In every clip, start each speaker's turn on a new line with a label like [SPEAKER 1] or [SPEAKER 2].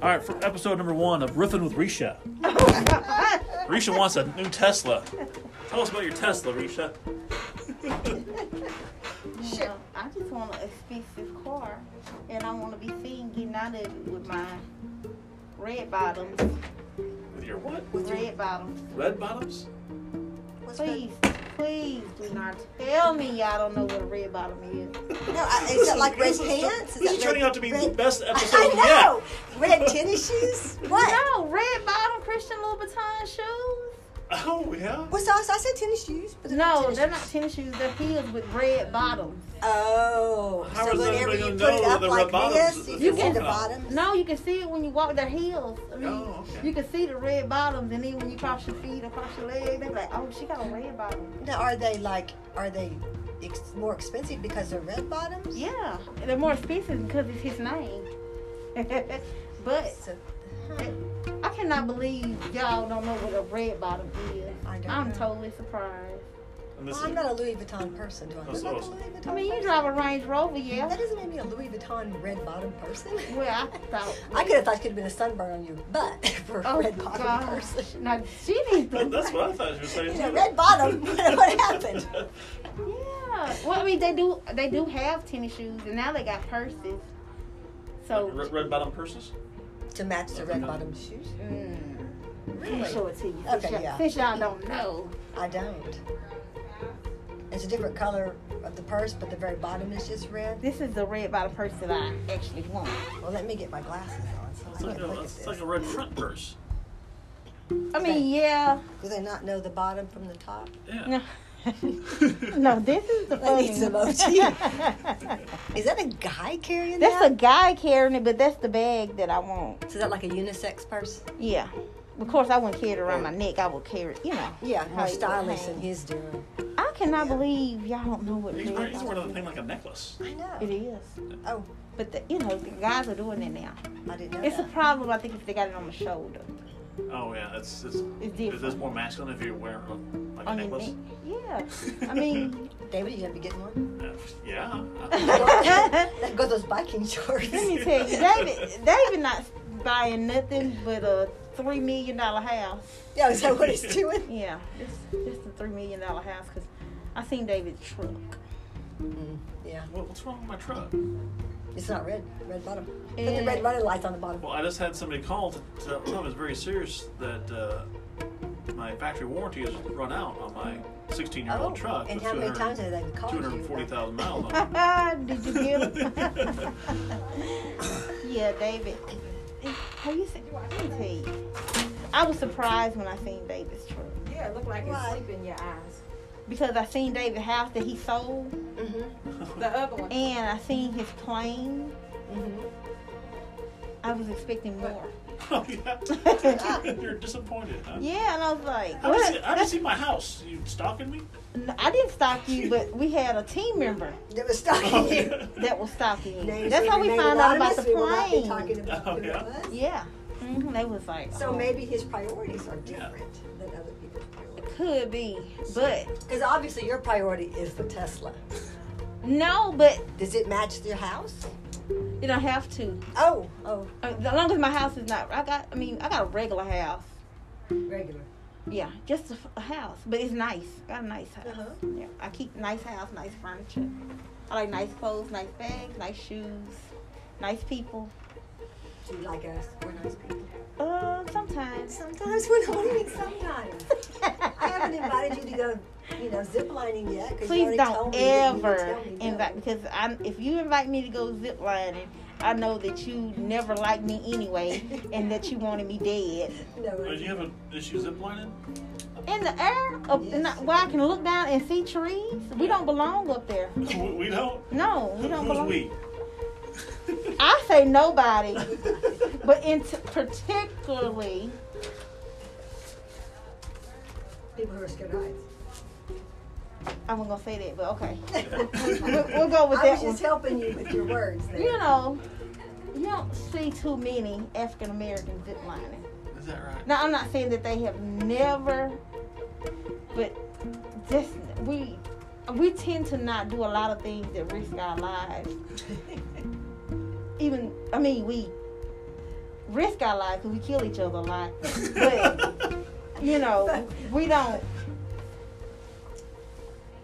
[SPEAKER 1] All right, for episode number one of Riffing with Risha. Risha wants a new Tesla. Tell us about your Tesla, Risha.
[SPEAKER 2] Shit, I just want an expensive car, and I want to be seen getting out of it with my red bottoms.
[SPEAKER 1] With your what?
[SPEAKER 2] Red bottoms.
[SPEAKER 1] Red bottoms?
[SPEAKER 3] What's good?
[SPEAKER 2] Please, please do not tell me y'all don't know what a red bottom is.
[SPEAKER 3] No, I, is that like red
[SPEAKER 1] This is-
[SPEAKER 3] pants?
[SPEAKER 1] This
[SPEAKER 3] that
[SPEAKER 1] is turning
[SPEAKER 3] red-
[SPEAKER 1] out to be the
[SPEAKER 3] red-
[SPEAKER 1] best
[SPEAKER 3] I
[SPEAKER 1] episode yet.
[SPEAKER 3] know. Red tennis shoes. What?
[SPEAKER 2] No, red bottom Christian Louboutin shoes.
[SPEAKER 1] Oh, yeah?
[SPEAKER 3] What's else? I said tennis shoes. But they're
[SPEAKER 2] No,
[SPEAKER 3] tennis
[SPEAKER 2] they're
[SPEAKER 3] shoes.
[SPEAKER 2] not tennis shoes. They're heels with red bottoms.
[SPEAKER 3] Oh,
[SPEAKER 1] How
[SPEAKER 3] so
[SPEAKER 1] is
[SPEAKER 3] whenever
[SPEAKER 1] everybody
[SPEAKER 3] you
[SPEAKER 1] gonna
[SPEAKER 3] put it
[SPEAKER 1] know
[SPEAKER 3] up
[SPEAKER 1] the
[SPEAKER 3] like
[SPEAKER 1] red bottoms
[SPEAKER 3] this,
[SPEAKER 1] is
[SPEAKER 3] you
[SPEAKER 1] the
[SPEAKER 3] can see
[SPEAKER 1] full
[SPEAKER 3] the
[SPEAKER 1] bottom?
[SPEAKER 3] bottoms.
[SPEAKER 2] No, you can see it when you walk their heels. I mean,
[SPEAKER 1] Oh, okay.
[SPEAKER 2] you can see the red bottoms, and then when you cross your feet across your leg, they're like, "Oh, she got a red bottom."
[SPEAKER 3] Now, are they like? Are they ex- more expensive because they're red bottoms?
[SPEAKER 2] Yeah, and they're more expensive because it's his name. but
[SPEAKER 3] So,
[SPEAKER 2] I cannot believe y'all don't know what a red bottom is.
[SPEAKER 3] I don't
[SPEAKER 2] I'm
[SPEAKER 3] know.
[SPEAKER 2] totally surprised.
[SPEAKER 1] And this
[SPEAKER 3] well,
[SPEAKER 1] is-
[SPEAKER 3] I'm not a Louis Vuitton person. Do I
[SPEAKER 1] That's
[SPEAKER 3] look like a
[SPEAKER 1] awesome.
[SPEAKER 3] Louis Vuitton?
[SPEAKER 2] I mean, you
[SPEAKER 3] person?
[SPEAKER 2] drive a Range Rover, yeah.
[SPEAKER 3] That doesn't make me a Louis Vuitton red bottom person.
[SPEAKER 2] Well, I thought.
[SPEAKER 3] I could have thought it could have been a sunburn on you, but for a
[SPEAKER 2] Oh
[SPEAKER 3] red bottom
[SPEAKER 2] gosh!
[SPEAKER 3] person.
[SPEAKER 2] Now she needs to.
[SPEAKER 1] That- that's what I thought you were saying.
[SPEAKER 3] You know,
[SPEAKER 1] too.
[SPEAKER 3] red bottom. What happened?
[SPEAKER 2] Yeah. Well, I mean, they do. They do have tennis shoes, and now they got purses. So.
[SPEAKER 1] Like red, red bottom purses?
[SPEAKER 3] To match the red bottom shoes?
[SPEAKER 2] Mm.
[SPEAKER 3] Really?
[SPEAKER 2] Show it to you.
[SPEAKER 3] Okay,
[SPEAKER 2] since, y'all-
[SPEAKER 3] yeah.
[SPEAKER 2] since y'all don't know.
[SPEAKER 3] I don't. It's a different color of the purse, but the very bottom is just red.
[SPEAKER 2] This is the red bottom purse that I actually want.
[SPEAKER 3] Well, let me get my glasses on so I
[SPEAKER 1] It's like,
[SPEAKER 3] can
[SPEAKER 1] a,
[SPEAKER 3] look at
[SPEAKER 1] it's
[SPEAKER 3] this.
[SPEAKER 1] like a red front purse.
[SPEAKER 2] I mean, yeah.
[SPEAKER 3] Do they not know the bottom from the top?
[SPEAKER 1] Yeah.
[SPEAKER 2] No, no this is the
[SPEAKER 3] That
[SPEAKER 2] funny
[SPEAKER 3] needs emoji. Is that a guy carrying
[SPEAKER 2] That's a
[SPEAKER 3] that?
[SPEAKER 2] guy carrying it, but that's the bag that I want.
[SPEAKER 3] So is that like a unisex purse?
[SPEAKER 2] Yeah. Of course, I wouldn't carry it around my neck. I would carry it, you know.
[SPEAKER 3] Yeah,
[SPEAKER 2] how
[SPEAKER 3] more
[SPEAKER 2] it would
[SPEAKER 3] stylish
[SPEAKER 2] hang.
[SPEAKER 3] than his doing.
[SPEAKER 2] I cannot
[SPEAKER 3] Yeah.
[SPEAKER 2] believe y'all don't know what
[SPEAKER 1] He's,
[SPEAKER 2] red
[SPEAKER 1] wearing, he's
[SPEAKER 2] bottom
[SPEAKER 1] wearing a thing like a necklace.
[SPEAKER 3] I
[SPEAKER 2] It
[SPEAKER 3] know.
[SPEAKER 2] is.
[SPEAKER 3] Oh,
[SPEAKER 2] But, the, you know, the guys are doing it now.
[SPEAKER 3] I didn't know
[SPEAKER 2] It's a
[SPEAKER 3] that.
[SPEAKER 2] problem, I think, if they got it on the shoulder.
[SPEAKER 1] Oh, yeah. It's, it's,
[SPEAKER 2] It's
[SPEAKER 1] it's,
[SPEAKER 2] different.
[SPEAKER 1] more masculine if you're wearing like a
[SPEAKER 2] on your
[SPEAKER 1] necklace.
[SPEAKER 2] neck. Yeah. I mean,
[SPEAKER 3] David, you gonna be getting one?
[SPEAKER 1] Uh, yeah.
[SPEAKER 3] Let go of those biking shorts.
[SPEAKER 2] Let me tell you, David, David not buying nothing but a three million dollar house.
[SPEAKER 3] Yeah, is that what he's doing?
[SPEAKER 2] Yeah, it's just a three million dollar house because I seen David's truck.
[SPEAKER 3] Mm, yeah,
[SPEAKER 1] What, what's wrong with my truck?
[SPEAKER 3] it's not red. Red bottom. Put the
[SPEAKER 2] And-
[SPEAKER 3] red running lights on the bottom.
[SPEAKER 1] Well, I just had somebody call to to tell them it's very serious that uh, my factory warranty has run out on my 16 year
[SPEAKER 2] Oh,
[SPEAKER 1] old truck.
[SPEAKER 3] Oh, and
[SPEAKER 1] with
[SPEAKER 3] how many
[SPEAKER 1] 200
[SPEAKER 3] times have they called you?
[SPEAKER 1] 240,000 miles on it.
[SPEAKER 2] Did you get him? yeah, David. Have you seen? Let me tell you. I was surprised when I seen David's truck
[SPEAKER 4] Yeah, it looked like it's
[SPEAKER 3] Why?
[SPEAKER 4] sleep in your eyes.
[SPEAKER 2] because I seen David's house that he sold,
[SPEAKER 3] Mm-hmm.
[SPEAKER 4] The other one.
[SPEAKER 2] and I seen his plane.
[SPEAKER 3] Mm-hmm.
[SPEAKER 2] I was expecting more.
[SPEAKER 1] Oh, yeah. You're disappointed, huh?
[SPEAKER 2] Yeah, and I was like,
[SPEAKER 1] How did
[SPEAKER 2] what?
[SPEAKER 1] you, how did you see my house? You stalking me?
[SPEAKER 2] No, I didn't stalk you, but we had a team member
[SPEAKER 3] They were
[SPEAKER 1] Oh,
[SPEAKER 3] stalking you.
[SPEAKER 2] that was stalking you.
[SPEAKER 3] Names
[SPEAKER 2] That's how
[SPEAKER 3] will
[SPEAKER 2] we
[SPEAKER 3] remain
[SPEAKER 2] found out about
[SPEAKER 3] anonymous.
[SPEAKER 2] the
[SPEAKER 3] We will not be talking
[SPEAKER 2] plane.
[SPEAKER 3] about who it
[SPEAKER 1] Oh,
[SPEAKER 3] was.
[SPEAKER 2] Yeah, hmm they was like,
[SPEAKER 3] So
[SPEAKER 2] oh,
[SPEAKER 3] maybe his priorities are
[SPEAKER 1] Yeah.
[SPEAKER 3] different than other people's priorities.
[SPEAKER 2] could be, but
[SPEAKER 3] Because obviously your priority is the Tesla.
[SPEAKER 2] no, but
[SPEAKER 3] Does it match your house?
[SPEAKER 2] you don't have to.
[SPEAKER 3] Oh, oh,
[SPEAKER 2] Uh, As long as my house is not, I got, I mean, I got a regular house.
[SPEAKER 3] regular.
[SPEAKER 2] Yeah, just a, f- a house, but it's nice. I got a nice house.
[SPEAKER 3] Uh-huh.
[SPEAKER 2] Yeah, I keep nice house, nice furniture. I like nice clothes, nice bags, nice shoes, nice people.
[SPEAKER 3] Do you like us? We're nice people.
[SPEAKER 2] Uh, sometimes.
[SPEAKER 3] Sometimes we're not even sometimes. I haven't invited you to go, you know, zip lining yet. 'cause you
[SPEAKER 2] Please
[SPEAKER 3] already
[SPEAKER 2] don't
[SPEAKER 3] told me that you didn't
[SPEAKER 2] ever
[SPEAKER 3] tell me no.
[SPEAKER 2] invite because I, if you invite me to go zip lining, I know that you never liked me anyway, and that you wanted me dead
[SPEAKER 3] No,
[SPEAKER 1] Did Oh, you have an issue ziplining?
[SPEAKER 2] in the air, up, in the- where I can look down and see trees. We don't belong up there.
[SPEAKER 1] we we don't.
[SPEAKER 2] No, we don't
[SPEAKER 1] Who's
[SPEAKER 2] belong.
[SPEAKER 1] we?
[SPEAKER 2] I say nobody, but in t- particularly,
[SPEAKER 3] people who are scared of heights.
[SPEAKER 2] I wasn't gonna say that, but okay, we'll,
[SPEAKER 3] I
[SPEAKER 2] we'll go with
[SPEAKER 3] was
[SPEAKER 2] that
[SPEAKER 3] just
[SPEAKER 2] one.
[SPEAKER 3] helping you with your words. There.
[SPEAKER 2] You know, you don't see too many African Americans zip lining.
[SPEAKER 1] Is that right?
[SPEAKER 2] Now I'm not saying that they have never, but just we we tend to not do a lot of things that risk our lives. Even I mean we risk our lives because we kill each other a lot. But you know, we don't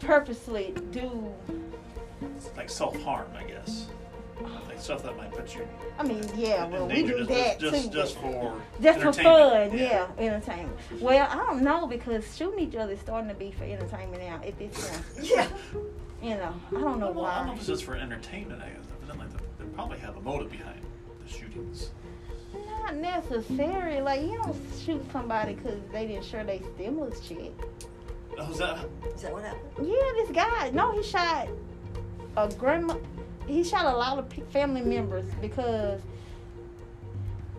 [SPEAKER 2] purposely do.
[SPEAKER 1] It's like self harm, I guess. Like stuff that might put you
[SPEAKER 2] I mean, yeah,
[SPEAKER 1] in
[SPEAKER 2] well, we
[SPEAKER 1] danger
[SPEAKER 2] do
[SPEAKER 1] just, just,
[SPEAKER 2] that too.
[SPEAKER 1] just, just for
[SPEAKER 2] Just for
[SPEAKER 1] entertainment.
[SPEAKER 2] fun, yeah. entertainment. Well, I don't know because shooting each other is starting to be for entertainment now. At this point,
[SPEAKER 3] Yeah.
[SPEAKER 2] you know, I don't know
[SPEAKER 1] Well, I don't know
[SPEAKER 2] why.
[SPEAKER 1] if it's just for entertainment. I guess evidently they- they probably have a motive behind the shootings.
[SPEAKER 2] Not necessary. Like you don't shoot somebody because they didn't share their stimulus check.
[SPEAKER 1] Oh, is that?
[SPEAKER 3] Is that what happened?
[SPEAKER 2] Yeah, this guy. No, he shot a grandma. He shot a lot of pe- family members because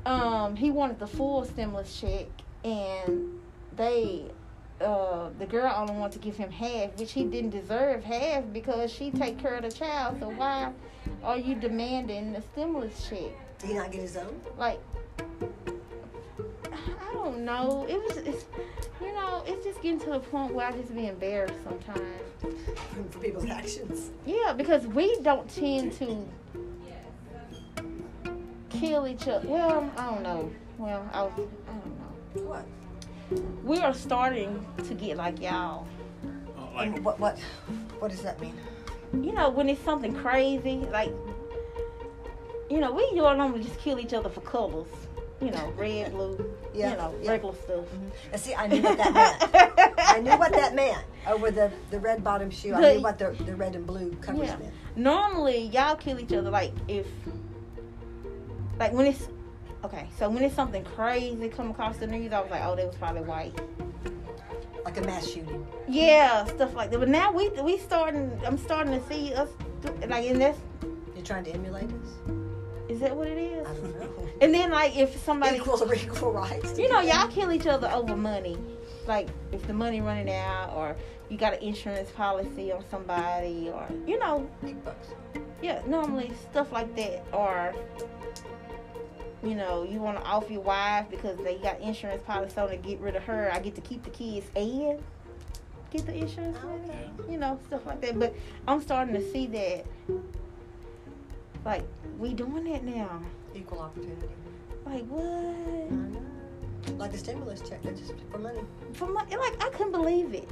[SPEAKER 2] um he wanted the full stimulus check, and they uh the girl only wanted to give him half, which he didn't deserve half because she take care of the child. So why are you demanding the stimulus check?
[SPEAKER 3] Did he not get his own?
[SPEAKER 2] like I don't know. It was, it's, you know, it's just getting to the point where I just be embarrassed sometimes.
[SPEAKER 3] For people's actions.
[SPEAKER 2] Yeah, because we don't tend to kill each other. Well, I don't know. Well, I, was, I don't know.
[SPEAKER 3] What?
[SPEAKER 2] We are starting to get like y'all.
[SPEAKER 1] Oh, like
[SPEAKER 3] And what? What? What does that mean?
[SPEAKER 2] You know, when it's something crazy, like, you know, we y'all normally just kill each other for colors. You know, red, blue.
[SPEAKER 3] Yeah,
[SPEAKER 2] you know,
[SPEAKER 3] yeah.
[SPEAKER 2] regular stuff.
[SPEAKER 3] Now, see, I knew what that meant. I knew what that meant over the, the red bottom shoe. I
[SPEAKER 2] The-
[SPEAKER 3] knew what the, the red and blue covers
[SPEAKER 2] Yeah.
[SPEAKER 3] meant.
[SPEAKER 2] normally y'all kill each other like if like when it's okay so when it's something crazy come across the news i was like oh they was probably white
[SPEAKER 3] Like a mass shooting.
[SPEAKER 2] yeah stuff like that but now we we starting i'm starting to see us do- like and that's
[SPEAKER 3] You're trying to emulate us?
[SPEAKER 2] is that what it is
[SPEAKER 3] I don't know.
[SPEAKER 2] and then like if somebody
[SPEAKER 3] Equal equal rights.
[SPEAKER 2] you know y'all kill each other over money like if the money running out or you got an insurance policy on somebody or you know
[SPEAKER 3] Big bucks.
[SPEAKER 2] Yeah, normally stuff like that or you know, you want to off your wife because they got insurance policy on to get rid of her. I get to keep the kids and get the insurance money. You know, stuff like that. But I'm starting to see that like we doing that now.
[SPEAKER 3] Equal opportunity.
[SPEAKER 2] Like what?
[SPEAKER 3] Like the stimulus check, they're just for money.
[SPEAKER 2] For my, like I couldn't believe it.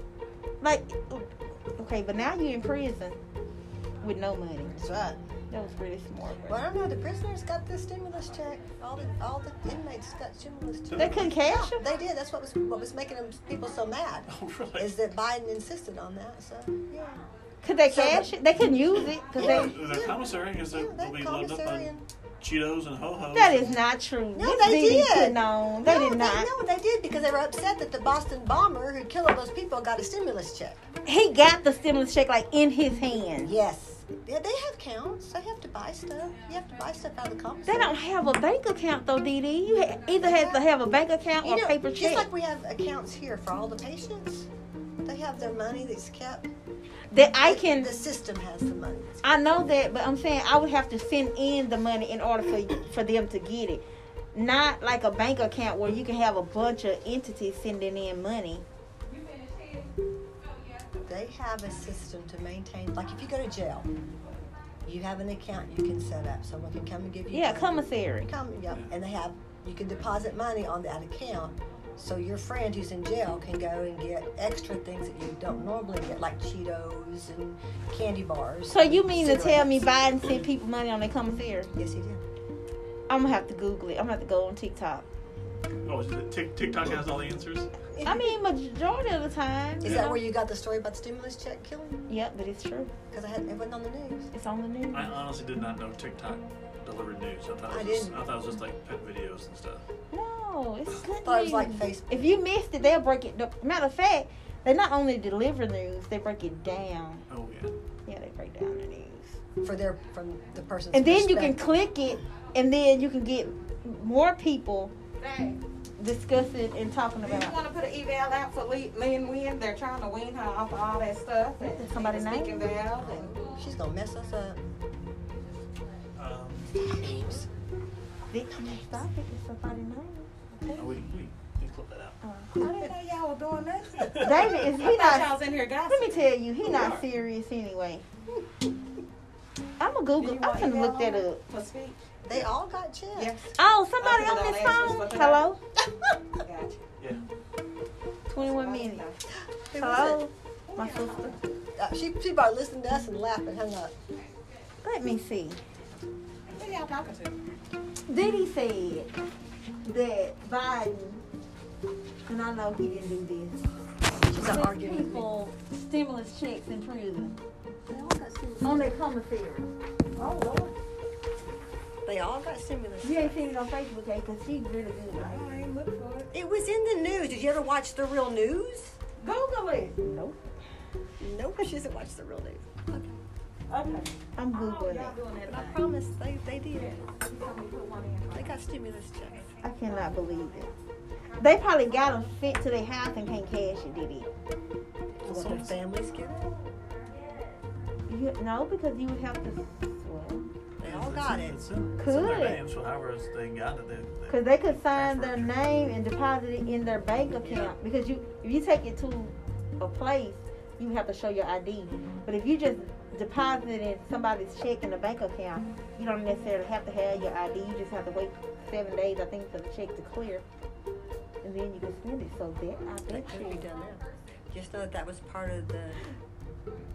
[SPEAKER 2] Like okay, but now you're in prison with no money.
[SPEAKER 3] That's right.
[SPEAKER 2] That was pretty smart. right?
[SPEAKER 3] Well, I don't know. The prisoners got the stimulus check. All the all the inmates got stimulus check.
[SPEAKER 2] They couldn't cash it.
[SPEAKER 3] They did. That's what was what was making them people so mad.
[SPEAKER 1] oh, really?
[SPEAKER 3] Is that Biden insisted on that? So yeah,
[SPEAKER 2] Could they
[SPEAKER 3] So-
[SPEAKER 2] cash it? They couldn't use it because
[SPEAKER 3] Yeah.
[SPEAKER 2] they.
[SPEAKER 1] Is there commissary? Because
[SPEAKER 3] yeah
[SPEAKER 1] they, will
[SPEAKER 3] they
[SPEAKER 1] be loaded up
[SPEAKER 3] commissary
[SPEAKER 1] on
[SPEAKER 3] and
[SPEAKER 1] Cheetos and ho hos.
[SPEAKER 2] That is not true.
[SPEAKER 3] No,
[SPEAKER 2] This
[SPEAKER 3] they
[SPEAKER 2] DD
[SPEAKER 3] did.
[SPEAKER 2] putting on. They
[SPEAKER 3] no,
[SPEAKER 2] did not.
[SPEAKER 3] They, no, they did because they were upset that the Boston bomber who killed all those people got a stimulus check.
[SPEAKER 2] He got the stimulus check like in his hand.
[SPEAKER 3] Yes. Yeah, they have counts. They have to buy stuff. You have to buy stuff out of the commissary.
[SPEAKER 2] They don't have a bank account though, DD. You ha- either have to have a bank account or
[SPEAKER 3] You know,
[SPEAKER 2] paper
[SPEAKER 3] just
[SPEAKER 2] check.
[SPEAKER 3] like we have accounts here for all the patients, they have their money that's kept.
[SPEAKER 2] that I can.
[SPEAKER 3] The system has the money.
[SPEAKER 2] I know that, but I'm saying I would have to send in the money in order for for them to get it. Not like a bank account where you can have a bunch of entities sending in money.
[SPEAKER 3] They have a system to maintain. Like if you go to jail, you have an account you can set up. Someone can come and give you.
[SPEAKER 2] Yeah,
[SPEAKER 3] money.
[SPEAKER 2] commissary.
[SPEAKER 3] Come, yep. And they have. You can deposit money on that account, so your friend who's in jail can go and get extra things that you don't normally get, like Cheetos and candy bars.
[SPEAKER 2] So you mean to tell me
[SPEAKER 3] cigarettes.
[SPEAKER 2] Biden sent people money on their commissary?
[SPEAKER 3] Yes, he did.
[SPEAKER 2] I'm gonna have to Google it. I'm gonna have to go on TikTok.
[SPEAKER 1] Oh, is it Tik- TikTok has all the answers.
[SPEAKER 2] I mean, majority of the time.
[SPEAKER 3] Is
[SPEAKER 2] you
[SPEAKER 3] that
[SPEAKER 2] know.
[SPEAKER 3] where you got the story about the stimulus check killing?
[SPEAKER 2] Yep, but it's true.
[SPEAKER 3] Because I hadn't, it wasn't on the news.
[SPEAKER 2] It's on the news.
[SPEAKER 1] I honestly did not know TikTok delivered news. I thought
[SPEAKER 3] I
[SPEAKER 1] it was just,
[SPEAKER 3] didn't.
[SPEAKER 1] I thought it was just like pet videos and stuff.
[SPEAKER 2] No, it's good
[SPEAKER 3] Thought it
[SPEAKER 2] news.
[SPEAKER 3] was like Facebook.
[SPEAKER 2] If you missed it, they'll break it. down. Matter of fact, they not only deliver news, they break it down.
[SPEAKER 1] Oh yeah.
[SPEAKER 2] Yeah, they break down the news.
[SPEAKER 3] for their from the person's
[SPEAKER 2] And then you can
[SPEAKER 3] perspective.
[SPEAKER 2] click it, and then you can get more people discussing and talking
[SPEAKER 4] Do you
[SPEAKER 2] about.
[SPEAKER 4] want to put an eval out for Lee- Lynn Wynn? They're trying to wean her off of all that stuff. and
[SPEAKER 2] Somebody name?
[SPEAKER 4] Speaking valve and
[SPEAKER 3] she's gonna mess us up
[SPEAKER 1] Um,
[SPEAKER 3] names
[SPEAKER 2] Did you stop it? It's somebody name.
[SPEAKER 1] oh, we we we clip that out.
[SPEAKER 2] Uh,
[SPEAKER 4] I didn't know y'all were doing that.
[SPEAKER 2] David is
[SPEAKER 4] I
[SPEAKER 2] he
[SPEAKER 4] thought
[SPEAKER 2] not?
[SPEAKER 4] y'all was in here
[SPEAKER 2] Let me
[SPEAKER 4] gossiping.
[SPEAKER 2] tell you, he not serious anyway. I'm gonna
[SPEAKER 4] Do
[SPEAKER 2] Google.
[SPEAKER 4] you
[SPEAKER 2] I'm
[SPEAKER 4] want
[SPEAKER 2] gonna look
[SPEAKER 4] eval
[SPEAKER 2] that up.
[SPEAKER 4] For speech.
[SPEAKER 3] They all got checks.
[SPEAKER 4] Yes.
[SPEAKER 2] Oh, somebody
[SPEAKER 4] Okay,
[SPEAKER 2] on
[SPEAKER 4] don't
[SPEAKER 2] this
[SPEAKER 4] ask us
[SPEAKER 2] phone.
[SPEAKER 4] what they are.
[SPEAKER 2] Hello.
[SPEAKER 4] Gotcha.
[SPEAKER 1] Yeah.
[SPEAKER 2] 21
[SPEAKER 4] Somebody
[SPEAKER 2] minutes.
[SPEAKER 4] knows.
[SPEAKER 3] Who was
[SPEAKER 2] Hello,
[SPEAKER 4] it?
[SPEAKER 2] my sister.
[SPEAKER 3] it? Uh, she she probably listened to us and laughed and hung up.
[SPEAKER 2] Let me see.
[SPEAKER 4] Who y'all talking to?
[SPEAKER 2] Diddy said that Biden, and I know he didn't do this.
[SPEAKER 3] She's not
[SPEAKER 2] sent
[SPEAKER 3] arguing with me.
[SPEAKER 2] people stimulus checks in prison
[SPEAKER 3] They all got stimulus.
[SPEAKER 2] on their commissary.
[SPEAKER 3] Oh Lord. They all got stimulus.
[SPEAKER 2] You ain't seen it on Facebook, okay? Cause she really good. Like,
[SPEAKER 4] I ain't look for it.
[SPEAKER 3] It was in the news. Did you ever watch the real news?
[SPEAKER 4] Google it.
[SPEAKER 2] nope.
[SPEAKER 3] No, she doesn't watch the real news.
[SPEAKER 4] Okay.
[SPEAKER 2] I'm
[SPEAKER 4] Oh,
[SPEAKER 2] googling
[SPEAKER 4] y'all
[SPEAKER 2] it.
[SPEAKER 4] doing that
[SPEAKER 3] I
[SPEAKER 4] thing.
[SPEAKER 3] promise they, they did.
[SPEAKER 4] You told me to put one in.
[SPEAKER 3] They got stimulus checks.
[SPEAKER 2] I cannot believe it. They probably got them sent to their house and can't cash it, did it?
[SPEAKER 3] What their families get?
[SPEAKER 2] You, no, because you would have to. Well,
[SPEAKER 3] They
[SPEAKER 1] It's-
[SPEAKER 3] all
[SPEAKER 1] it's
[SPEAKER 3] got
[SPEAKER 1] in-
[SPEAKER 3] it.
[SPEAKER 1] It's in, it's in their
[SPEAKER 2] Could.
[SPEAKER 1] name, so however it's- they got it, they, they,
[SPEAKER 2] Cause they could sign their name and deposit it in their bank account. Because you, if you take it to a place, you have to show your ID. But if you just deposit it in somebody's check in a bank account, you don't necessarily have to have your ID. You just have to wait seven days, I think, for the check to clear, and then you can spend it. So that I
[SPEAKER 3] That
[SPEAKER 2] bet
[SPEAKER 3] could be
[SPEAKER 2] you.
[SPEAKER 3] done now. Just know that that was part of the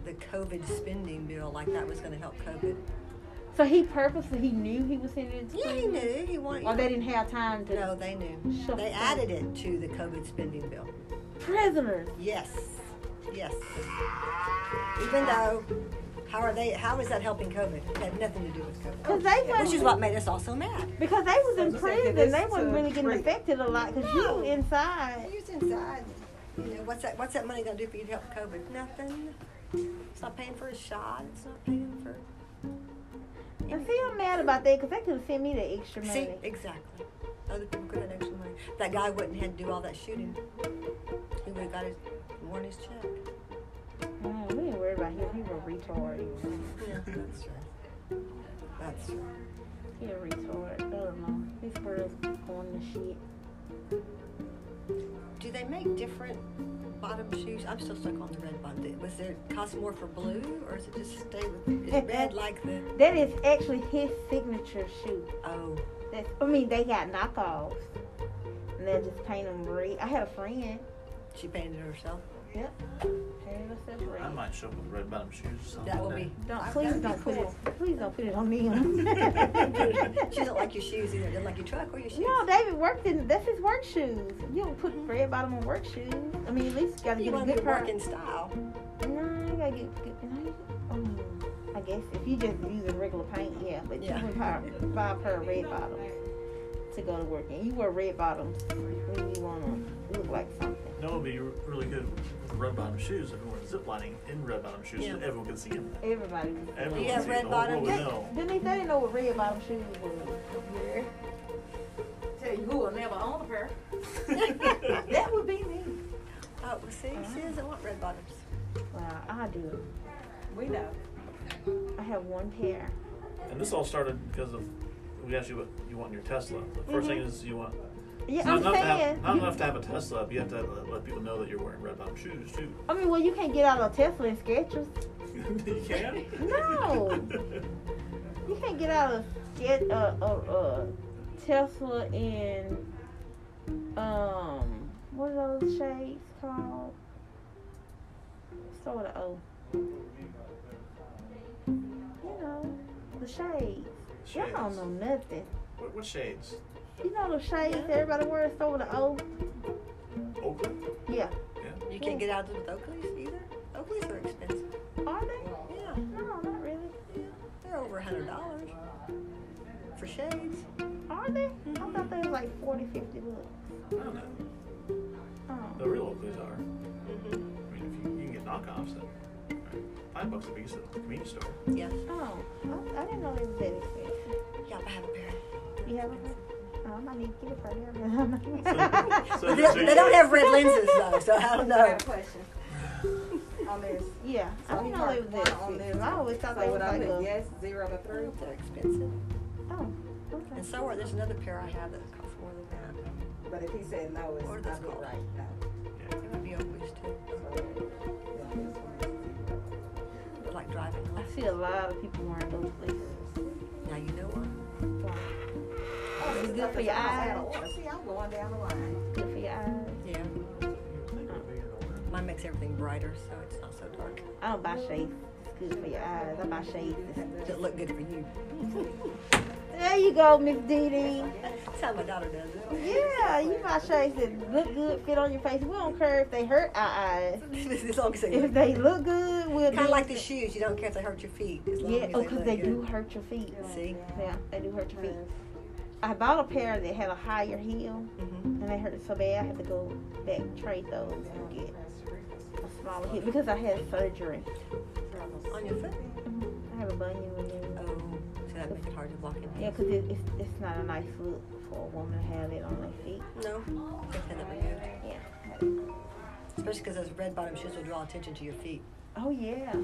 [SPEAKER 3] the COVID spending bill, like that was going to help COVID.
[SPEAKER 2] So he purposely he knew he was sending it. To
[SPEAKER 3] Yeah, he
[SPEAKER 2] prison?
[SPEAKER 3] knew. He wanted.
[SPEAKER 2] Or they didn't have time to.
[SPEAKER 3] no, they knew.
[SPEAKER 2] Sure.
[SPEAKER 3] They added it to the COVID spending bill.
[SPEAKER 2] Prisoners.
[SPEAKER 3] Yes, yes. Even though, how are they? How is that helping COVID? It had nothing to do with COVID.
[SPEAKER 2] Cause they
[SPEAKER 4] Yeah,
[SPEAKER 3] Which is
[SPEAKER 2] wasn't-
[SPEAKER 3] what made us all so mad.
[SPEAKER 2] Because they was in
[SPEAKER 4] Second,
[SPEAKER 2] prison,
[SPEAKER 4] this
[SPEAKER 2] they
[SPEAKER 4] to
[SPEAKER 2] wasn't really getting
[SPEAKER 4] free.
[SPEAKER 2] affected a lot. Cause
[SPEAKER 3] No.
[SPEAKER 2] you inside,
[SPEAKER 3] You're inside. You know what's that? What's that money gonna do for you to help COVID? Nothing. It's not paying for a shot. It's not paying for.
[SPEAKER 2] and see, I'm mad about that because they could have sent me the extra money.
[SPEAKER 3] See, exactly. Other people could have extra money. That guy wouldn't have to do all that shooting. He would have got his worn his check.
[SPEAKER 2] Man, we ain't worried about him. He a retard.
[SPEAKER 3] Yeah, that's right. That's right.
[SPEAKER 2] He a retard. I don't know. These girls going to shit.
[SPEAKER 3] Do they make different bottom shoes? I'm still stuck on the red bottom. Did- Was there cost more for blue, or is it just stay with is it red like the?
[SPEAKER 2] That is actually his signature shoe.
[SPEAKER 3] Oh,
[SPEAKER 2] That's, I mean, they got knockoffs, and they just paint them red. I had a friend.
[SPEAKER 3] she painted it herself.
[SPEAKER 2] painted herself
[SPEAKER 1] I
[SPEAKER 2] red.
[SPEAKER 1] might show up with red bottom shoes or something.
[SPEAKER 3] That will
[SPEAKER 1] like
[SPEAKER 3] be.
[SPEAKER 2] Don't
[SPEAKER 3] that
[SPEAKER 2] please
[SPEAKER 3] would be
[SPEAKER 2] don't put
[SPEAKER 3] cool.
[SPEAKER 2] it. Please don't put it on me.
[SPEAKER 3] She doesn't like your shoes either. Doesn't like your truck or your shoes.
[SPEAKER 2] No, David worked in that's his work shoes. You don't put red bottom on work shoes. I mean, at least you gotta
[SPEAKER 3] You
[SPEAKER 2] get a
[SPEAKER 3] want to
[SPEAKER 2] good
[SPEAKER 3] be
[SPEAKER 2] pair.
[SPEAKER 3] working style.
[SPEAKER 2] No, you gotta get good. No, um, I guess if you just using regular paint, yeah, but
[SPEAKER 3] Yeah.
[SPEAKER 2] you would buy, buy a pair of red bottoms to go to work in. You wear red bottoms when you wanna look like something.
[SPEAKER 1] that. No, it would be re- really good with red bottom shoes if we were zip lining in red bottom shoes
[SPEAKER 3] Yeah.
[SPEAKER 1] so everyone can see them.
[SPEAKER 2] Everybody. can see
[SPEAKER 1] Everyone
[SPEAKER 3] You
[SPEAKER 1] can
[SPEAKER 3] have
[SPEAKER 1] see
[SPEAKER 3] red
[SPEAKER 1] the whole world
[SPEAKER 3] bottom-
[SPEAKER 1] would
[SPEAKER 2] They,
[SPEAKER 1] know.
[SPEAKER 2] Denise, they didn't know what red bottom shoes were.
[SPEAKER 4] Tell you who will never own a pair.
[SPEAKER 3] oh,
[SPEAKER 4] That would be me.
[SPEAKER 3] well, see,
[SPEAKER 2] Uh-huh.
[SPEAKER 3] she doesn't want red bottoms.
[SPEAKER 2] Well, I do.
[SPEAKER 4] We know.
[SPEAKER 2] I have one pair.
[SPEAKER 1] And this all started because of we asked you what you want in your Tesla. The 1st thing is you want.
[SPEAKER 2] Mm-hmm. Yeah,
[SPEAKER 1] it's not
[SPEAKER 2] I'm
[SPEAKER 1] enough to
[SPEAKER 2] saying.
[SPEAKER 1] have, not enough to have a Tesla. You have to have, let people know that you're wearing red bottom shoes too.
[SPEAKER 2] I mean, well, you can't get out of Tesla and Skechers.
[SPEAKER 1] you can.
[SPEAKER 2] No. You can't get out of get uh, uh, uh, Tesla and um what are those shades called? Start with an O. You know the shades. Y'all don't
[SPEAKER 1] Shades.
[SPEAKER 2] know nothing.
[SPEAKER 1] What, what shades?
[SPEAKER 2] You know the shades everybody wears. Start with an O.
[SPEAKER 1] Oakland.
[SPEAKER 2] Yeah.
[SPEAKER 3] You can't get out of them with Oakleys either. Oakleys are expensive.
[SPEAKER 2] Are they?
[SPEAKER 3] Yeah,
[SPEAKER 2] No, not really.
[SPEAKER 3] they're over a hundred dollars for shades.
[SPEAKER 2] Are they? I thought they was like 40, 50 bucks.
[SPEAKER 1] I don't know.
[SPEAKER 2] Oh.
[SPEAKER 1] The real Oakleys are.
[SPEAKER 3] Mm-hmm.
[SPEAKER 1] I mean, if you, you can get knockoffs at five bucks a piece at the convenience store.
[SPEAKER 3] Yeah,
[SPEAKER 2] Oh. I, I didn't know they was that expensive.
[SPEAKER 3] yeah, I have a pair.
[SPEAKER 2] You have a I might need to get it for
[SPEAKER 1] So-
[SPEAKER 2] you.
[SPEAKER 3] They don't, they don't have red lenses though, so I don't
[SPEAKER 4] I
[SPEAKER 3] know.
[SPEAKER 4] got a question. on this.
[SPEAKER 2] Yeah, I didn't know they was that expensive. I always thought they
[SPEAKER 4] So
[SPEAKER 2] was
[SPEAKER 4] would I
[SPEAKER 2] like
[SPEAKER 4] put
[SPEAKER 2] a,
[SPEAKER 4] yes, zero to three?
[SPEAKER 3] They're expensive.
[SPEAKER 2] oh,
[SPEAKER 3] And
[SPEAKER 2] okay.
[SPEAKER 3] so are, there's another pair I have that costs more than that.
[SPEAKER 4] But if he said no, it's
[SPEAKER 3] Or
[SPEAKER 4] not
[SPEAKER 3] that's
[SPEAKER 4] good,
[SPEAKER 3] called-
[SPEAKER 4] right. No.
[SPEAKER 3] It would be Oakleys too.
[SPEAKER 4] So, yeah, this one is zero.
[SPEAKER 3] They're like driving.
[SPEAKER 2] I see a lot of people wearing those places.
[SPEAKER 3] Now you know what?
[SPEAKER 4] Oh,
[SPEAKER 2] It's
[SPEAKER 4] this
[SPEAKER 2] good for your
[SPEAKER 4] stuff is
[SPEAKER 2] eyes.
[SPEAKER 4] out of order. See, I'm going down the line.
[SPEAKER 2] Good for your eyes.
[SPEAKER 3] Yeah. Mine makes everything brighter, so it's not so dark.
[SPEAKER 2] I don't buy shades. It's good for your eyes. I buy shades. It's-
[SPEAKER 3] Does it look good for you?
[SPEAKER 2] There you go, Miss Dee Dee.
[SPEAKER 3] That's how my daughter does it.
[SPEAKER 2] Yeah, you buy shades that look good, fit on your face. We don't care if they hurt our eyes.
[SPEAKER 3] as long as they
[SPEAKER 2] If they look good, we'll
[SPEAKER 3] kind of
[SPEAKER 2] do
[SPEAKER 3] like
[SPEAKER 2] it.
[SPEAKER 3] the shoes. You don't care if they hurt your feet. As long
[SPEAKER 2] Yeah,
[SPEAKER 3] as
[SPEAKER 2] oh,
[SPEAKER 3] they
[SPEAKER 2] because
[SPEAKER 3] look
[SPEAKER 2] they
[SPEAKER 3] good.
[SPEAKER 2] do hurt your feet.
[SPEAKER 3] See?
[SPEAKER 2] Yeah, they do hurt your feet. I bought a pair that had a higher heel,
[SPEAKER 3] Mm-hmm.
[SPEAKER 2] and they hurt so bad I had to go back trade those and get a smaller heel because I had surgery.
[SPEAKER 3] Mm-hmm. On your foot.
[SPEAKER 2] I have a bunion removed.
[SPEAKER 3] Oh, so that makes it hard to walk in.
[SPEAKER 2] Yeah, because it, it's, it's not a nice look for a woman to have it on their feet.
[SPEAKER 3] No, that's not good.
[SPEAKER 2] Yeah.
[SPEAKER 3] Especially because those red bottom shoes will draw attention to your feet.
[SPEAKER 2] Oh yeah.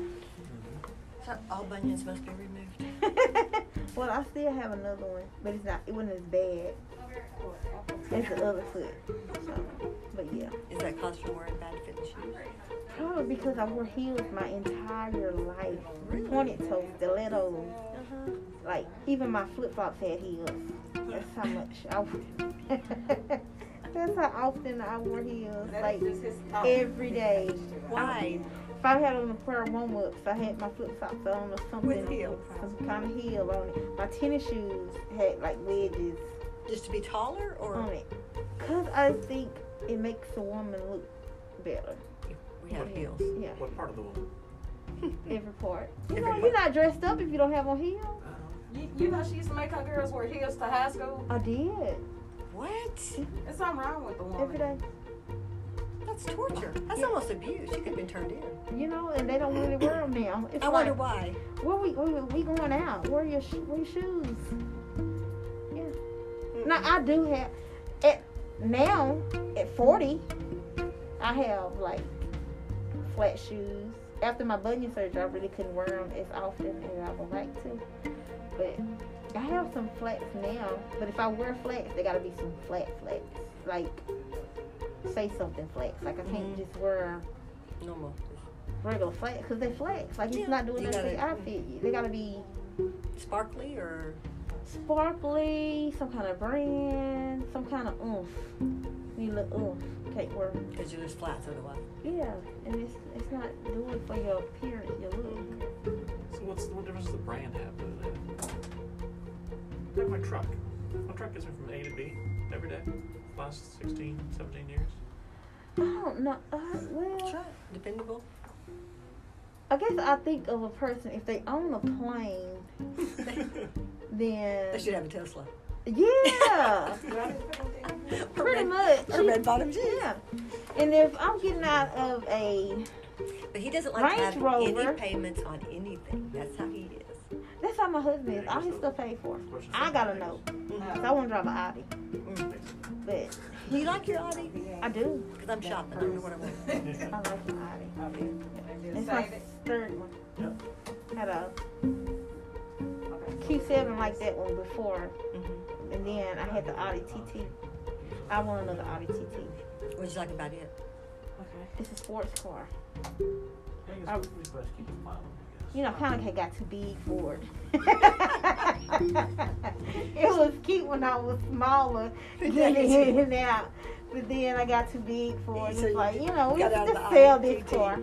[SPEAKER 3] So all bunions must be removed.
[SPEAKER 2] well, I still have another one, but it's not. It wasn't as bad. It's the other foot. So, but yeah,
[SPEAKER 3] Is that caused from wearing bad fitting shoes?
[SPEAKER 2] probably because I wore heels my entire life.
[SPEAKER 3] Really?
[SPEAKER 2] Pointed toes, stilettos,
[SPEAKER 3] Uh-huh.
[SPEAKER 2] like even my flip flops had heels. That's how much I. That's how often I wore heels.
[SPEAKER 4] That
[SPEAKER 2] Like
[SPEAKER 4] is just his thought.
[SPEAKER 2] every day.
[SPEAKER 3] Why?
[SPEAKER 2] If I had on a pair of warm ups, I had my flip flops on or something.
[SPEAKER 3] With heels.
[SPEAKER 2] Some kind of heel on it. My tennis shoes had like wedges
[SPEAKER 3] Just to be taller, or
[SPEAKER 2] on it. Because I think it makes a woman look better.
[SPEAKER 3] we have heels?
[SPEAKER 2] Yeah,
[SPEAKER 1] What part of the woman?
[SPEAKER 2] every part. You
[SPEAKER 3] Every
[SPEAKER 2] know,
[SPEAKER 3] part.
[SPEAKER 2] you're not dressed up if you don't have on heels.
[SPEAKER 4] You, you know, she used to make her girls wear heels to high school.
[SPEAKER 2] I did.
[SPEAKER 3] What?
[SPEAKER 4] There's something wrong with the
[SPEAKER 2] Every
[SPEAKER 4] woman.
[SPEAKER 2] day.
[SPEAKER 3] That's torture. That's almost abuse. You could have been turned in.
[SPEAKER 2] You know, and they don't really wear them now. It's
[SPEAKER 3] I
[SPEAKER 2] like,
[SPEAKER 3] wonder why.
[SPEAKER 2] Where we, where we going out? Where are your, sh- where your shoes? No, I do have. At now, at forty, I have like flat shoes. After my bunion surgery, I really couldn't wear them as often as I would like to. But I have some flats now. But if I wear flats, they gotta be some flat flats. Like say something flats. Like I can't
[SPEAKER 3] Mhm.
[SPEAKER 2] just wear
[SPEAKER 3] Normal.
[SPEAKER 2] regular flats because they flats. Like
[SPEAKER 3] Yeah,
[SPEAKER 2] it's not doing
[SPEAKER 3] you
[SPEAKER 2] nothing to the
[SPEAKER 3] gotta-
[SPEAKER 2] outfit. They gotta be
[SPEAKER 3] Sparkly or
[SPEAKER 2] sparkly, some kind of brand, some kind of oomph. Need a little oomph. Can't wear.
[SPEAKER 3] because you're just flats otherwise.
[SPEAKER 2] Yeah, and it's it's not doing for your appearance, your look.
[SPEAKER 1] So what's what difference does the brand have to that? Like my truck. My truck gets me from A to B every day. Last 16, 17 years.
[SPEAKER 2] I don't know. Uh, well,
[SPEAKER 3] Sure. Dependable.
[SPEAKER 2] I guess I think of a person if they own a plane,
[SPEAKER 3] They
[SPEAKER 2] then
[SPEAKER 3] should have a Tesla.
[SPEAKER 2] yeah,
[SPEAKER 3] Or
[SPEAKER 2] pretty
[SPEAKER 3] red-
[SPEAKER 2] much.
[SPEAKER 3] Or red bottom jeans.
[SPEAKER 2] Yeah, and if I'm getting out of a,
[SPEAKER 3] But he doesn't like to
[SPEAKER 2] Range
[SPEAKER 3] have
[SPEAKER 2] Rover.
[SPEAKER 3] any payments on anything. That's how he is.
[SPEAKER 2] that's how my husband is. All his stuff paid for.
[SPEAKER 1] Question
[SPEAKER 2] I gotta
[SPEAKER 1] seven,
[SPEAKER 2] know.
[SPEAKER 4] No.
[SPEAKER 2] So I want to drive an Audi,
[SPEAKER 1] thanks.
[SPEAKER 2] but
[SPEAKER 3] Mm. Do you like your Audi?
[SPEAKER 2] I do.
[SPEAKER 3] Because I'm shopping. I don't know what I want.
[SPEAKER 2] I like an Audi.
[SPEAKER 4] I'll be- I'll be
[SPEAKER 2] It's my
[SPEAKER 4] excited.
[SPEAKER 2] third one.
[SPEAKER 1] Yep.
[SPEAKER 2] Had a
[SPEAKER 4] Okay.
[SPEAKER 2] Q7 like that one before,
[SPEAKER 3] Mm-hmm.
[SPEAKER 2] and then I had the Audi TT. I want another Audi TT.
[SPEAKER 3] What did you like about it?
[SPEAKER 4] Okay.
[SPEAKER 2] It's a sports car.
[SPEAKER 1] I think
[SPEAKER 2] I-
[SPEAKER 3] Oh.
[SPEAKER 1] it's we best keep it mild, I guess.
[SPEAKER 2] You know, Hanukkah got too big for it. it was cute when I was smaller than it is now, but then I got too big for it.
[SPEAKER 3] So
[SPEAKER 2] It's
[SPEAKER 3] you
[SPEAKER 2] like, you know, we
[SPEAKER 3] got out of
[SPEAKER 2] just
[SPEAKER 3] the
[SPEAKER 2] sell
[SPEAKER 3] Audi
[SPEAKER 2] this
[SPEAKER 3] TT.
[SPEAKER 2] car.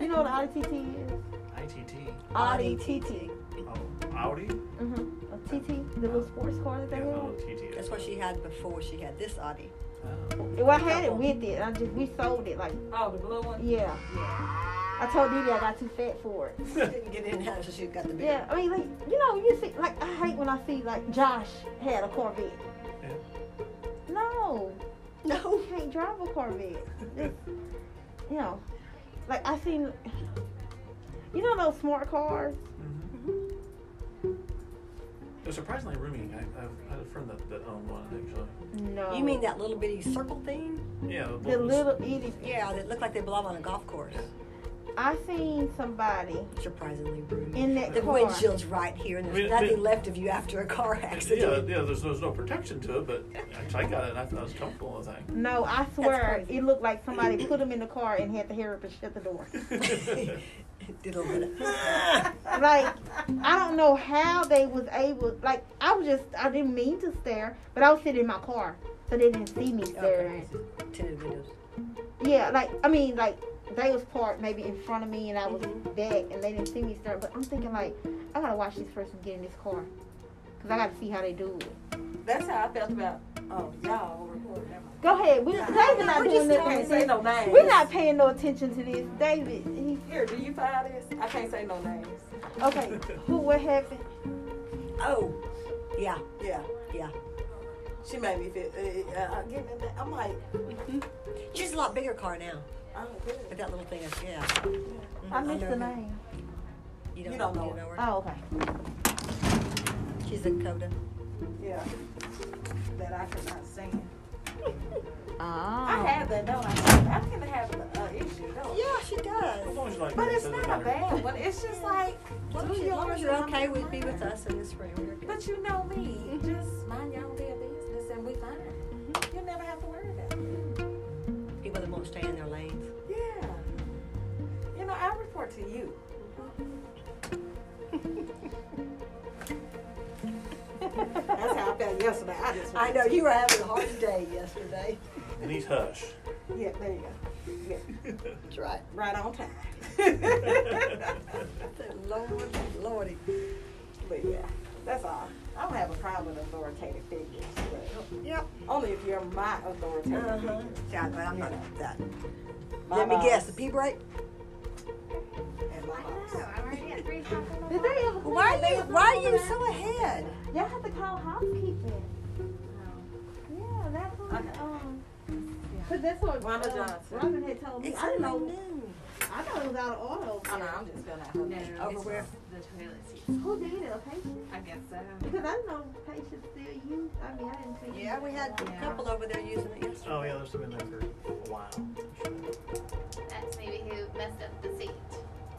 [SPEAKER 2] You know what Audi TT is?
[SPEAKER 1] ITT.
[SPEAKER 2] Audi TT.
[SPEAKER 1] Oh, Audi?
[SPEAKER 2] hmm A TT, the little sports car that they
[SPEAKER 1] Yeah,
[SPEAKER 2] have.
[SPEAKER 1] oh, TT.
[SPEAKER 3] That's what she had before she had this Audi.
[SPEAKER 1] Oh.
[SPEAKER 2] Well, I had it with it. I just we sold it like
[SPEAKER 4] Oh, the blue one?
[SPEAKER 2] yeah. I told Didi I got too fat for it.
[SPEAKER 3] She didn't get in that, so she got the big
[SPEAKER 2] Yeah, I mean like you know you see like I hate when I see like Josh had a Corvette.
[SPEAKER 1] Yeah.
[SPEAKER 2] No,
[SPEAKER 3] No.
[SPEAKER 2] you can't drive a Corvette. It's- you know, like I seen. You know those smart cars?
[SPEAKER 1] Mhm. It was surprisingly roomy. I, I, I had a friend that, that owned one actually.
[SPEAKER 2] No.
[SPEAKER 3] You mean that little bitty circle thing?
[SPEAKER 1] Yeah,
[SPEAKER 2] the
[SPEAKER 1] one was-
[SPEAKER 2] little itty?
[SPEAKER 3] Yeah, that looked like they belong on a golf course.
[SPEAKER 2] I seen somebody
[SPEAKER 3] Surprisingly rude.
[SPEAKER 2] in that
[SPEAKER 3] The
[SPEAKER 2] car.
[SPEAKER 3] windshield's right here, and
[SPEAKER 1] Wait,
[SPEAKER 3] there's nothing
[SPEAKER 1] wait.
[SPEAKER 3] left of you after a car
[SPEAKER 1] Yeah,
[SPEAKER 3] accident.
[SPEAKER 1] yeah. There's, there's no protection to it, but actually I got it. and I thought it was comfortable. I
[SPEAKER 2] No, I swear
[SPEAKER 3] crazy.
[SPEAKER 2] it looked like somebody put him in the car and had the hair up and shut the door.
[SPEAKER 1] think.
[SPEAKER 3] Did a little bit of,
[SPEAKER 2] like I don't know how they was able. Like I was just I didn't mean to stare, but I was sitting in my car, so they didn't see me staring.
[SPEAKER 3] okay. Tinted windows.
[SPEAKER 2] Yeah, like I mean, like they was parked maybe in front of me, and I was
[SPEAKER 4] Mm-hmm.
[SPEAKER 2] back, and they didn't see me staring. But I'm thinking like I gotta watch this person get in this car, cause I gotta see how they do it.
[SPEAKER 4] That's how I felt about. Oh, y'all recording. them.
[SPEAKER 2] Go ahead. We David not
[SPEAKER 4] We
[SPEAKER 2] doing
[SPEAKER 4] just
[SPEAKER 2] nothing.
[SPEAKER 4] can't say no names.
[SPEAKER 2] We're not paying no attention to this, David. He,
[SPEAKER 4] Here, do you find this? I can't say no names.
[SPEAKER 2] okay, who? What happened?
[SPEAKER 3] Oh, yeah,
[SPEAKER 4] Yeah.
[SPEAKER 3] yeah.
[SPEAKER 4] She made me feel. Uh, uh, give me that. I'm like,
[SPEAKER 3] She's a lot bigger car now.
[SPEAKER 4] oh,
[SPEAKER 3] But
[SPEAKER 4] good.
[SPEAKER 3] that little thing, is, yeah. Mhm,
[SPEAKER 2] I missed
[SPEAKER 3] know
[SPEAKER 2] the
[SPEAKER 3] her.
[SPEAKER 2] name.
[SPEAKER 3] You
[SPEAKER 4] You don't know Oh.
[SPEAKER 3] you her.
[SPEAKER 2] Oh, okay.
[SPEAKER 3] She's a Coda.
[SPEAKER 4] Yeah. That I could not sing.
[SPEAKER 2] Oh.
[SPEAKER 3] Ah.
[SPEAKER 4] I had that, don't I? I can have an uh, issue, though.
[SPEAKER 3] Yeah, she does.
[SPEAKER 1] As long as you like
[SPEAKER 4] But
[SPEAKER 1] it,
[SPEAKER 4] it's
[SPEAKER 1] doesn't
[SPEAKER 4] not
[SPEAKER 1] matter.
[SPEAKER 4] a bad one. It's just like,
[SPEAKER 3] As long
[SPEAKER 4] do
[SPEAKER 3] as you- as long as
[SPEAKER 4] yours
[SPEAKER 3] you're
[SPEAKER 4] and
[SPEAKER 3] okay
[SPEAKER 4] I'll do
[SPEAKER 3] with be
[SPEAKER 4] mine.
[SPEAKER 3] with us in this room.
[SPEAKER 4] But you know me,
[SPEAKER 3] Mm-hmm.
[SPEAKER 4] just mind your own damn business and we fine. You never have to worry about it.
[SPEAKER 3] People that won't stay in their lanes.
[SPEAKER 4] Yeah. You know, I report to you.
[SPEAKER 3] Mm-hmm.
[SPEAKER 4] That's how I felt yesterday. I just
[SPEAKER 3] I know, you were having a hard day yesterday.
[SPEAKER 1] It needs hush.
[SPEAKER 4] Yeah, there you go.
[SPEAKER 3] That's right.
[SPEAKER 4] Right on time. but
[SPEAKER 3] Lordy, lordy.
[SPEAKER 4] yeah, that's all. I don't have a problem with authoritative figures, but
[SPEAKER 3] Yep.
[SPEAKER 4] only if you're my authoritative
[SPEAKER 3] Uh-huh.
[SPEAKER 4] figure.
[SPEAKER 3] Yeah, but I'm not that.
[SPEAKER 4] My
[SPEAKER 3] Let me
[SPEAKER 4] boss
[SPEAKER 3] guess, the pee break?
[SPEAKER 4] and my boss.
[SPEAKER 2] Did they ever?
[SPEAKER 3] Why are you, why are you so ahead?
[SPEAKER 2] Y'all have to call housekeeping. Yeah, that's what.
[SPEAKER 4] Okay.
[SPEAKER 2] Um, Cause that's what
[SPEAKER 4] Rhonda
[SPEAKER 2] um,
[SPEAKER 4] Johnson.
[SPEAKER 2] Robin had told me.
[SPEAKER 3] It's
[SPEAKER 2] I didn't
[SPEAKER 3] only
[SPEAKER 2] know.
[SPEAKER 3] noon.
[SPEAKER 2] I thought it was out of order. over
[SPEAKER 4] Oh no,
[SPEAKER 2] there.
[SPEAKER 4] I'm just gonna have
[SPEAKER 5] No,
[SPEAKER 4] her.
[SPEAKER 5] no,
[SPEAKER 3] Over
[SPEAKER 5] it's
[SPEAKER 3] where?
[SPEAKER 5] the toilet seat.
[SPEAKER 2] Who did it? A patient?
[SPEAKER 5] I guess so.
[SPEAKER 2] Because I didn't know patients still use. I mean, I didn't see.
[SPEAKER 3] Yeah, we had a couple over there using it yesterday.
[SPEAKER 1] Oh yeah, there's been there for a while.
[SPEAKER 5] That's maybe who messed up the seat.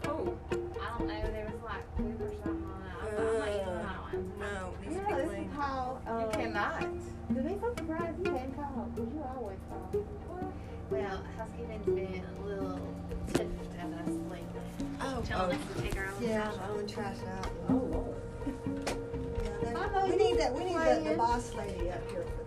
[SPEAKER 4] Oh,
[SPEAKER 5] I don't know. There was like poop or something on it. I thought, I'm not using that one.
[SPEAKER 3] No, it needs to be
[SPEAKER 2] Yeah, this is
[SPEAKER 3] clean.
[SPEAKER 2] how.
[SPEAKER 4] you
[SPEAKER 2] Um,
[SPEAKER 4] cannot.
[SPEAKER 2] Did they so surprised you hadn't called? Cause you always call.
[SPEAKER 5] Well, housekeeping's been a little tiffed at us lately.
[SPEAKER 3] Oh,
[SPEAKER 5] Telling us to take our own
[SPEAKER 3] Yeah,
[SPEAKER 5] trash out.
[SPEAKER 3] own trash out.
[SPEAKER 4] Oh lord.
[SPEAKER 3] Yeah,
[SPEAKER 2] I know
[SPEAKER 3] they- We
[SPEAKER 2] you
[SPEAKER 3] need that, we need the, the
[SPEAKER 2] playing.
[SPEAKER 3] boss lady up here for